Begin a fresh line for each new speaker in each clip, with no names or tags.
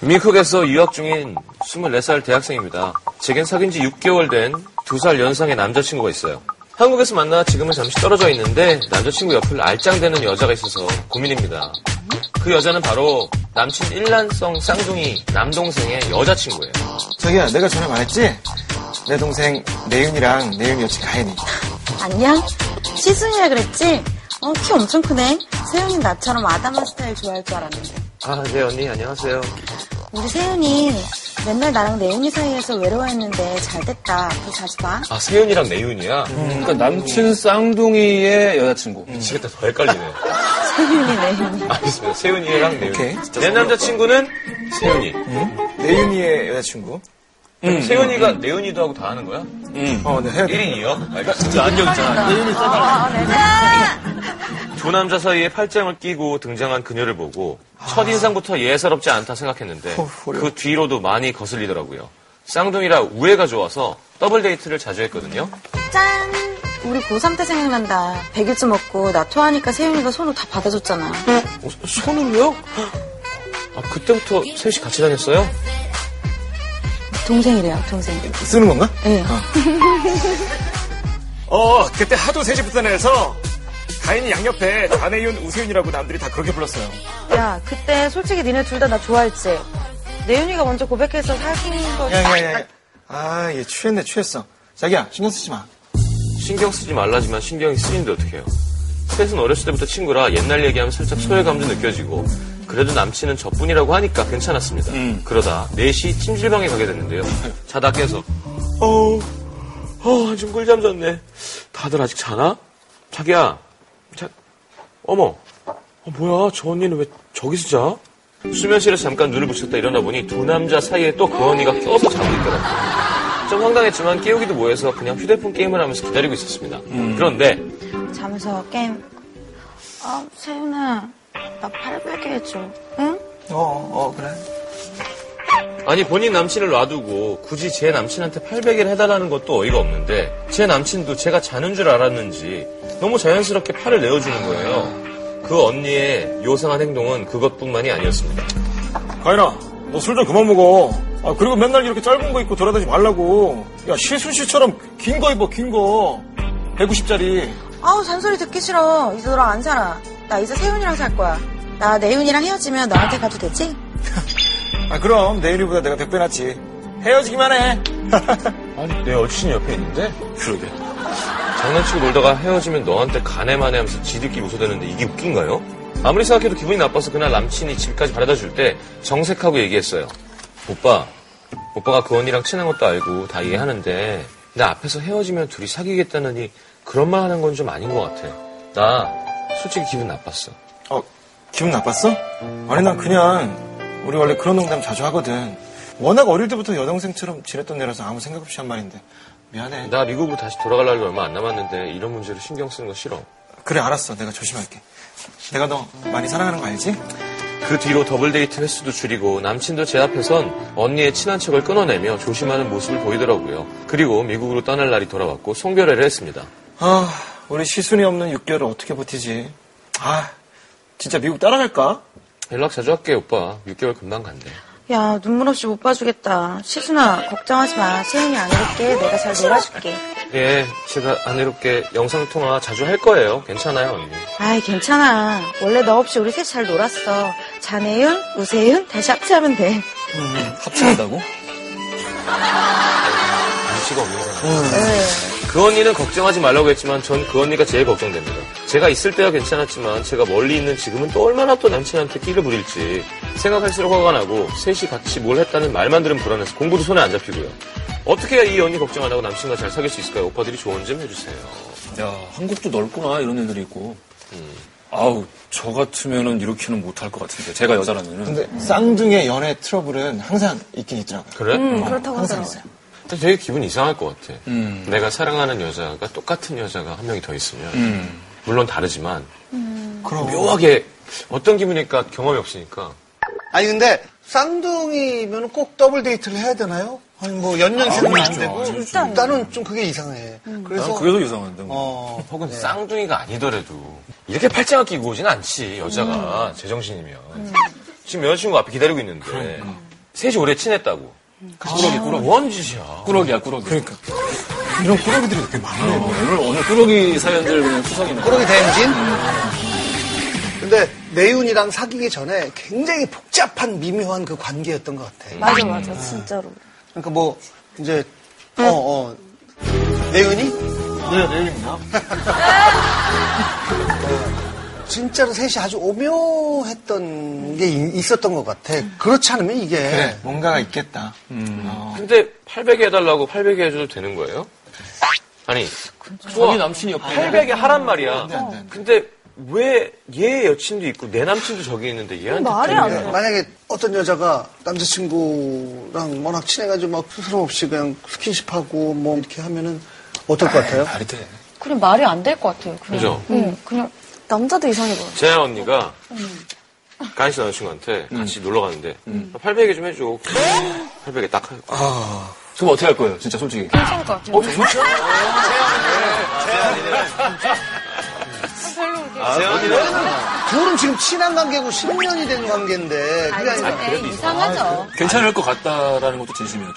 미국에서 유학 중인 24살 대학생입니다. 제겐 사귄 지 6개월 된 2살 연상의 남자친구가 있어요. 한국에서 만나 지금은 잠시 떨어져 있는데 남자친구 옆을 알짱대는 여자가 있어서 고민입니다. 그 여자는 바로 남친 일란성 쌍둥이 남동생의 여자친구예요.
자기야, 내가 전에 말했지? 내 동생 내윤이랑 내윤이 여친 가인이.
안녕? 시순이라 그랬지? 어, 키 엄청 크네. 세윤이 나처럼 아담한 스타일 좋아할 줄 알았는데.
아, 네, 언니, 안녕하세요.
우리 세윤이 맨날 나랑 내윤이 사이에서 외로워했는데 잘 됐다. 더 자주 봐.
아, 세윤이랑 내윤이야? 음.
그러니까 남친 쌍둥이의 여자친구.
미치겠다, 더 헷갈리네.
세윤이, 내윤이.
알겠습니다. 세윤이랑 내윤이.
오케이.
내 남자친구는 세윤이.
내윤이의 여자친구.
음. 세윤이가 내윤이도 하고 다 하는 거야?
어, 네, 해야 돼.
1인이요? 알겠습니다. 안경 있잖아.
네.
두 남자 사이에 팔짱을 끼고 등장한 그녀를 보고 첫인상부터 예사롭지 않다 생각했는데
아. 어, 어려워.
그 뒤로도 많이 거슬리더라고요. 쌍둥이라 우애가 좋아서 더블 데이트를 자주 했거든요.
짠! 우리 고3 때 생각난다. 백일주 먹고 나 토하니까 세윤이가 손으로 다 받아줬잖아.
어,
손은요? 아, 그때부터 셋이 같이 다녔어요?
동생이래요, 동생.
쓰는 건가?
예.
아.
어, 그때 하도 세시 부산에서 가인이 양옆에 단혜윤, 우세윤이라고 남들이 다 그렇게 불렀어요.
야, 그때 솔직히 니네 둘 다 나 좋아했지? 내윤이가 먼저 고백해서 사귄 거.
야, 야, 야, 야. 아, 얘 취했네, 취했어. 자기야, 신경 쓰지 마.
신경 쓰지 말라지만 신경이 쓰이는데 어떡해요. 셋은 어렸을 때부터 친구라 옛날 얘기하면 살짝 소외감도 느껴지고 그래도 남친은 저뿐이라고 하니까 괜찮았습니다. 그러다 4시 찜질방에 가게 됐는데요. 자다 깨서 어우 어, 지금 꿀잠 잤네. 다들 아직 자나? 자기야 자, 어머 어, 뭐야 저 언니는 왜 저기서 자? 수면실에서 잠깐 눈을 붙였다 일어나 보니 두 남자 사이에 또 그 언니가 껴서 자고 있더라고요. 좀 황당했지만 깨우기도 뭐해서 그냥 휴대폰 게임을 하면서 기다리고 있었습니다. 그런데
자면서 게임. 아, 세윤아. 나팔 베게 해줘. 응?
어, 어, 그래.
아니 본인 남친을 놔두고 굳이 제 남친한테 800일 해달라는 것도 어이가 없는데 제 남친도 제가 자는 줄 알았는지 너무 자연스럽게 팔을 내어주는 거예요. 그 언니의 요상한 행동은 그것뿐만이 아니었습니다.
가인아, 너 술 좀 그만 먹어. 아, 그리고 맨날 이렇게 짧은 거 입고 돌아다니지 말라고. 야, 시순 씨처럼 긴 거 입어, 긴 거. 190짜리.
아우, 잔소리 듣기 싫어. 이제 너랑 안 살아. 나 이제 세윤이랑 살 거야. 나 내윤이랑 헤어지면 너한테 가도 되지?
아, 그럼 내윤이보다 내가 100배 낫지. 헤어지기만 해.
아니 내 여친이 옆에 있는데? 그러게. 장난치고 놀다가 헤어지면 너한테 가네마네 하면서 지들끼리 웃어대는데 이게 웃긴가요? 아무리 생각해도 기분이 나빠서 그날 남친이 집까지 바래다 줄 때 정색하고 얘기했어요. 오빠, 오빠가 그 언니랑 친한 것도 알고 다 이해하는데 나 앞에서 헤어지면 둘이 사귀겠다느니 그런 말 하는 건 좀 아닌 것 같아. 나 솔직히 기분 나빴어.
어, 기분 나빴어? 아니, 난 그냥, 우리 원래 그런 농담 자주 하거든. 워낙 어릴 때부터 여동생처럼 지냈던 애라서 아무 생각 없이 한 말인데. 미안해.
나 미국으로 다시 돌아갈 날이 얼마 안 남았는데 이런 문제로 신경 쓰는 거 싫어.
그래, 알았어. 내가 조심할게. 내가 너 많이 사랑하는 거 알지?
그 뒤로 더블데이트 횟수도 줄이고 남친도 제 앞에선 언니의 친한 척을 끊어내며 조심하는 모습을 보이더라고요. 그리고 미국으로 떠날 날이 돌아왔고 송별회를 했습니다.
아, 우리 시순이 없는 6개월을 어떻게 버티지? 아, 진짜 미국 따라갈까?
연락 자주 할게 오빠. 6개월 금방 간대.
야, 눈물 없이 못 봐주겠다. 시순아, 걱정하지 마. 세윤이 안 이럴게. 내가 잘 놀아줄게.
예, 제가 안 이롭게 영상통화 자주 할 거예요. 괜찮아요 언니.
아이, 괜찮아. 원래 너 없이 우리 셋 잘 놀았어. 자네윤, 우세윤, 다시 합체하면 돼.
합친다고?
눈치가 없는 거야.
네?
그 언니는 걱정하지 말라고 했지만 전 그 언니가 제일 걱정됩니다. 제가 있을 때야 괜찮았지만 제가 멀리 있는 지금은 또 얼마나 또 남친한테 끼를 부릴지 생각할수록 화가 나고 셋이 같이 뭘 했다는 말만 들으면 불안해서 공부도 손에 안 잡히고요. 어떻게 해야 이 언니 걱정 안 하고 남친과 잘 사귈 수 있을까요? 오빠들이 조언 좀 해주세요.
야, 한국도 넓구나, 이런 애들이 있고. 아우, 저 같으면은 이렇게는 못할 것 같은데. 제가 여자라면은.
근데 쌍둥이의 연애 트러블은 항상 있긴 있더라고요.
그래?
그렇다고
항상
하더라고.
있어요.
근데 되게 기분 이상할 것 같아.
음.
내가 사랑하는 여자가 똑같은 여자가 한 명이 더 있으면 물론 다르지만
음. 그럼.
묘하게 어떤 기분일까 경험이 없으니까
아니 근데 쌍둥이면 꼭 더블 데이트를 해야 되나요? 아니 뭐 연년생은 안
그렇죠.
되고 나는 좀 그게 이상해.
음.
그래서
난 그게 더 이상한데. 뭐.
어
혹은 쌍둥이가 아니더라도 이렇게 팔짱을 끼고 오진 않지 여자가 제정신이면 지금 여자친구 앞에 기다리고 있는데 셋이 오래 친했다고. 뭔 짓이야.
꾸러기야, 꾸러기.
그러니까. 이런 꾸러기들이 되게 많아요.
어, 오늘, 오늘 꾸러기 사연들 그냥 수석이네.
꾸러기 대행진? 근데 내윤이랑 사귀기 전에 굉장히 복잡한 미묘한 그 관계였던 것 같아.
음.
맞아, 맞아, 진짜로.
그러니까 뭐 이제 어어 내윤이?
음.
어,
네, 내일입니다.
진짜로 셋이 아주 오묘했던 게 이- 있었던 것 같아. 그렇지 않으면 이게
그래, 뭔가가 있겠다.
음,
어.
근데 800에 해달라고 800에 해줘도 되는 거예요? 아니,
자기 남친이 옆에.
800에 하란 말이야.
안 돼, 안
근데 왜 얘 여친도 있고 내 남친도 저기 있는데 얘한테
말이 안 돼.
예, 만약에 어떤 여자가 남자친구랑 워낙 친해가지고 막 스스럼 없이 그냥 스킨십하고 뭐 이렇게 하면은 어떨 것 같아요?
말이 돼.
그냥 말이 안 될 것 같아요. 그냥.
그죠?
응, 그냥
남자도 이상해 보여.
제 언니가 가인 씨 남자친구한테 같이 놀러 가는데 800에 좀 해줘. 800에 딱 하고.
그럼 어떻게 할 거예요, 진짜 솔직히?
괜찮을 것 같아요.
둘은 지금 친한 관계고 10년이 된 관계인데 그게 아니라
네, 이상하죠.
괜찮을 것 같다라는 것도 진심이었죠.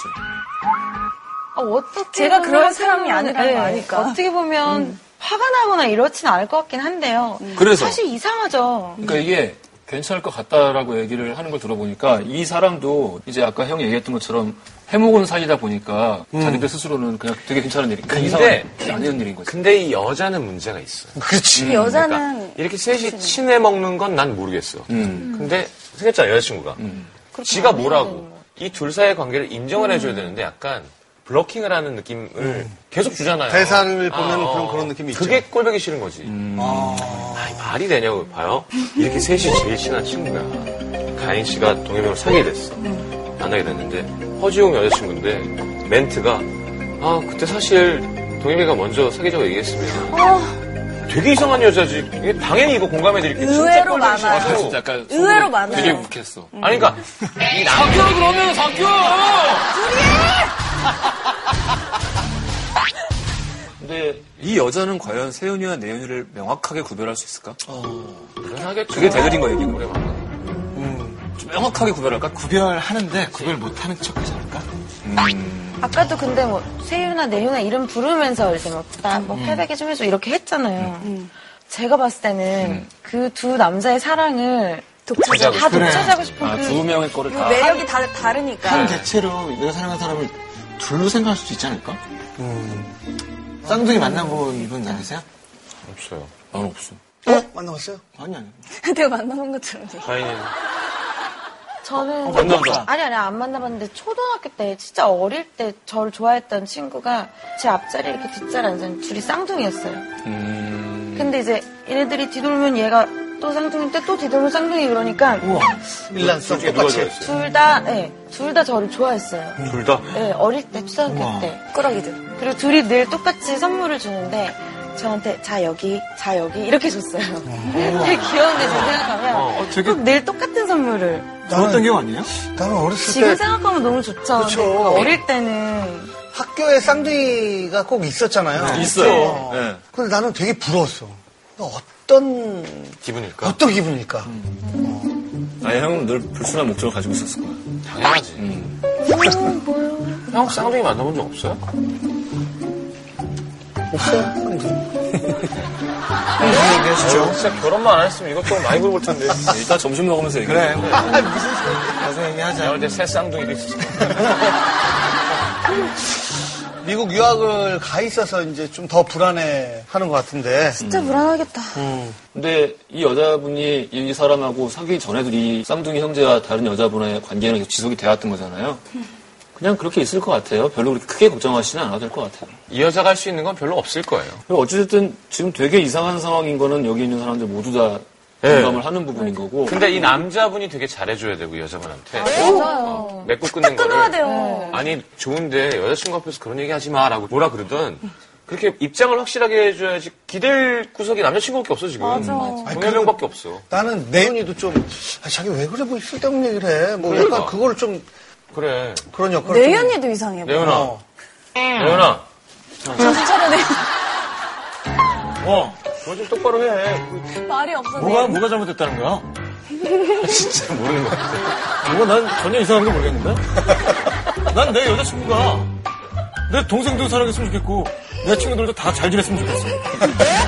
아, 어떻게
제가
보면
그런 사람이 아니라는 그러니까.
네,
거 아니까. 음.
어떻게 보면
화가 나거나 이렇진 않을 것 같긴 한데요.
그래서.
사실 이상하죠.
그러니까 이게 괜찮을 것 같다라고 얘기를 하는 걸 들어보니까 이 사람도 이제 아까 형이 얘기했던 것처럼 해묵은 사이다 보니까 자기들 스스로는 그냥 되게 괜찮은 일이 그냥
근데-
이상한 일이 아니는 일인 거지.
근데 이 여자는 문제가 있어. 요
그렇지.
그러니까 이렇게 셋이 친해 먹는 건 난 모르겠어.
음.
근데 생겼잖아 여자친구가. 지가 뭐라고 이 둘 사이의 관계를 인정을 해줘야 되는데 약간 블러킹을 하는 느낌을 계속 주잖아요.
음. 대사를 보면
어.
그런- 그런 느낌이 있죠. 음.
그게 꼴보기 싫은 거지. 아이, 말이 되냐고 봐요. 이렇게 셋이 제일 친한 친구야. 가인 씨가 동해명을 사귀게 됐어. 만나게 됐는데 허지용 여자친구인데 멘트가 아 그때 사실 동해미가 먼저 사귀자고 얘기했으면 되게 이상한 여자지. 이게 당연히 이거 공감해드릴게. 진짜
의외로
꼴보기
많아요.
싫어.
진짜 약간
의외로
속으로 되게
많아요.
욱했어.
아니 그러니까 이 남.
바뀌어 그러면 바뀌어. 근데 이 여자는 과연 세윤이와 내윤이를 명확하게 구별할 수 있을까? 어, 그게 대들인 거예요, 이게. 음, 좀 명확하게 구별할까? 구-
구별하는데 구별 못하는 척하지 않을까?
아까도 근데 뭐 세윤아, 내윤아 이름 부르면서 이제 막나뭐
음.
800개 좀 해줘 이렇게 했잖아요. 제가 봤을 때는
음.
그 두 남자의 사랑을
독차지하고
다 독차지하고 싶은
아,
그
두 명의 거를 다.
매력이 다 다르니까.
네.
한 개체로 내가 사랑하는 사람을 둘로 생각할 수도 있지 않을까?
음.
쌍둥이 만나본 이분 아니세요?
없어요.
난 없어.
어? 만나봤어요?
아니, 아니.
내가 만나본 것처럼 돼.
가인이
어,
저는 그
만나봐.
아니 아니 안 만나봤는데 초등학교 때 진짜 어릴 때 저를 좋아했던 친구가 제 앞자리 이렇게 뒷자리 앉은 둘이 쌍둥이였어요.
음.
근데 이제 얘네들이 뒤돌면 얘가 또 쌍둥이인데 또 뒤돌면 쌍둥이 그러니까
일란성 똑같이.
둘 다 네, 둘 다 저를 좋아했어요.
둘 다.
네, 어릴 때 초등학교 때 꾸러기들. 그리고 둘이 늘 똑같이 선물을 주는데 저한테 자 여기 자 여기 이렇게 줬어요. 되게 귀여운데 지금
어,
생각하면 꼭 늘 똑같은 선물을.
저랬던 경우 아니에요?
나는 어렸을
지금
때
생각하면 너무
그쵸.
좋죠. 근데 그 어릴 때는
학교에 쌍둥이가 꼭 있었잖아요.
있어요.
어.
네.
근데 나는 되게 부러웠어. 어떤
기분일까?
어떤 기분일까?
아니, 형은 늘 불순한 목적을 가지고 있었을 거야.
당연하지. 형 쌍둥이 만나본 적 없어요?
얘기하시죠.
진짜 결혼만 안 했으면 이것저것 많이 물어볼 텐데.
일단 아, 점심 먹으면서 얘기해.
그래. 가서 얘기하자.
근데 새 쌍둥이도 있었어.
미국 유학을 가 있어서 이제 좀 더 불안해 하는 것 같은데.
진짜 불안하겠다.
근데 이 여자분이 이 사람하고 사귀기 전에도 이 쌍둥이 형제와 다른 여자분의 관계는 계속 지속이 되었던 거잖아요. 그냥 그렇게 있을 것 같아요. 별로 그렇게 크게 걱정하시는 않아도 될 것 같아요.
이 여자가 할 수 있는 건 별로 없을 거예요.
그리고 어쨌든 지금 되게 이상한 상황인 거는 여기 있는 사람들 모두 다 공감을 하는 부분인 거고.
근데 이 남자분이 되게 잘해줘야 되고 여자분한테
아, 네,
어,
맞아요.
맺고 끊는
끊어야
거를
돼요.
아니 좋은데 여자친구 앞에서 그런 얘기 하지 마라고 뭐라 그러든 그렇게 입장을 확실하게 해줘야지 기댈 구석이 남자친구밖에 없어 지금
음,
동해명밖에 없어
나는 내윤이도 좀 아, 자기 왜 그래 뭐 쓸데없는 얘기를 해. 뭐
그러니까.
약간 그걸 좀
그래
그런 역할을 좀-
내연이도 이상해. 보
예은아
어.
예은아
정신 차려내.
어너 좀 똑바로 해
말이 없어.
뭐가, 뭐가 잘못됐다는 거야?
진짜 모르는 것 같아요.
뭔가 난 전혀 이상한 거 모르겠는데? 난 내 여자친구가 내 동생도 사랑했으면 좋겠고 내 친구들도 다 잘 지냈으면 좋겠어.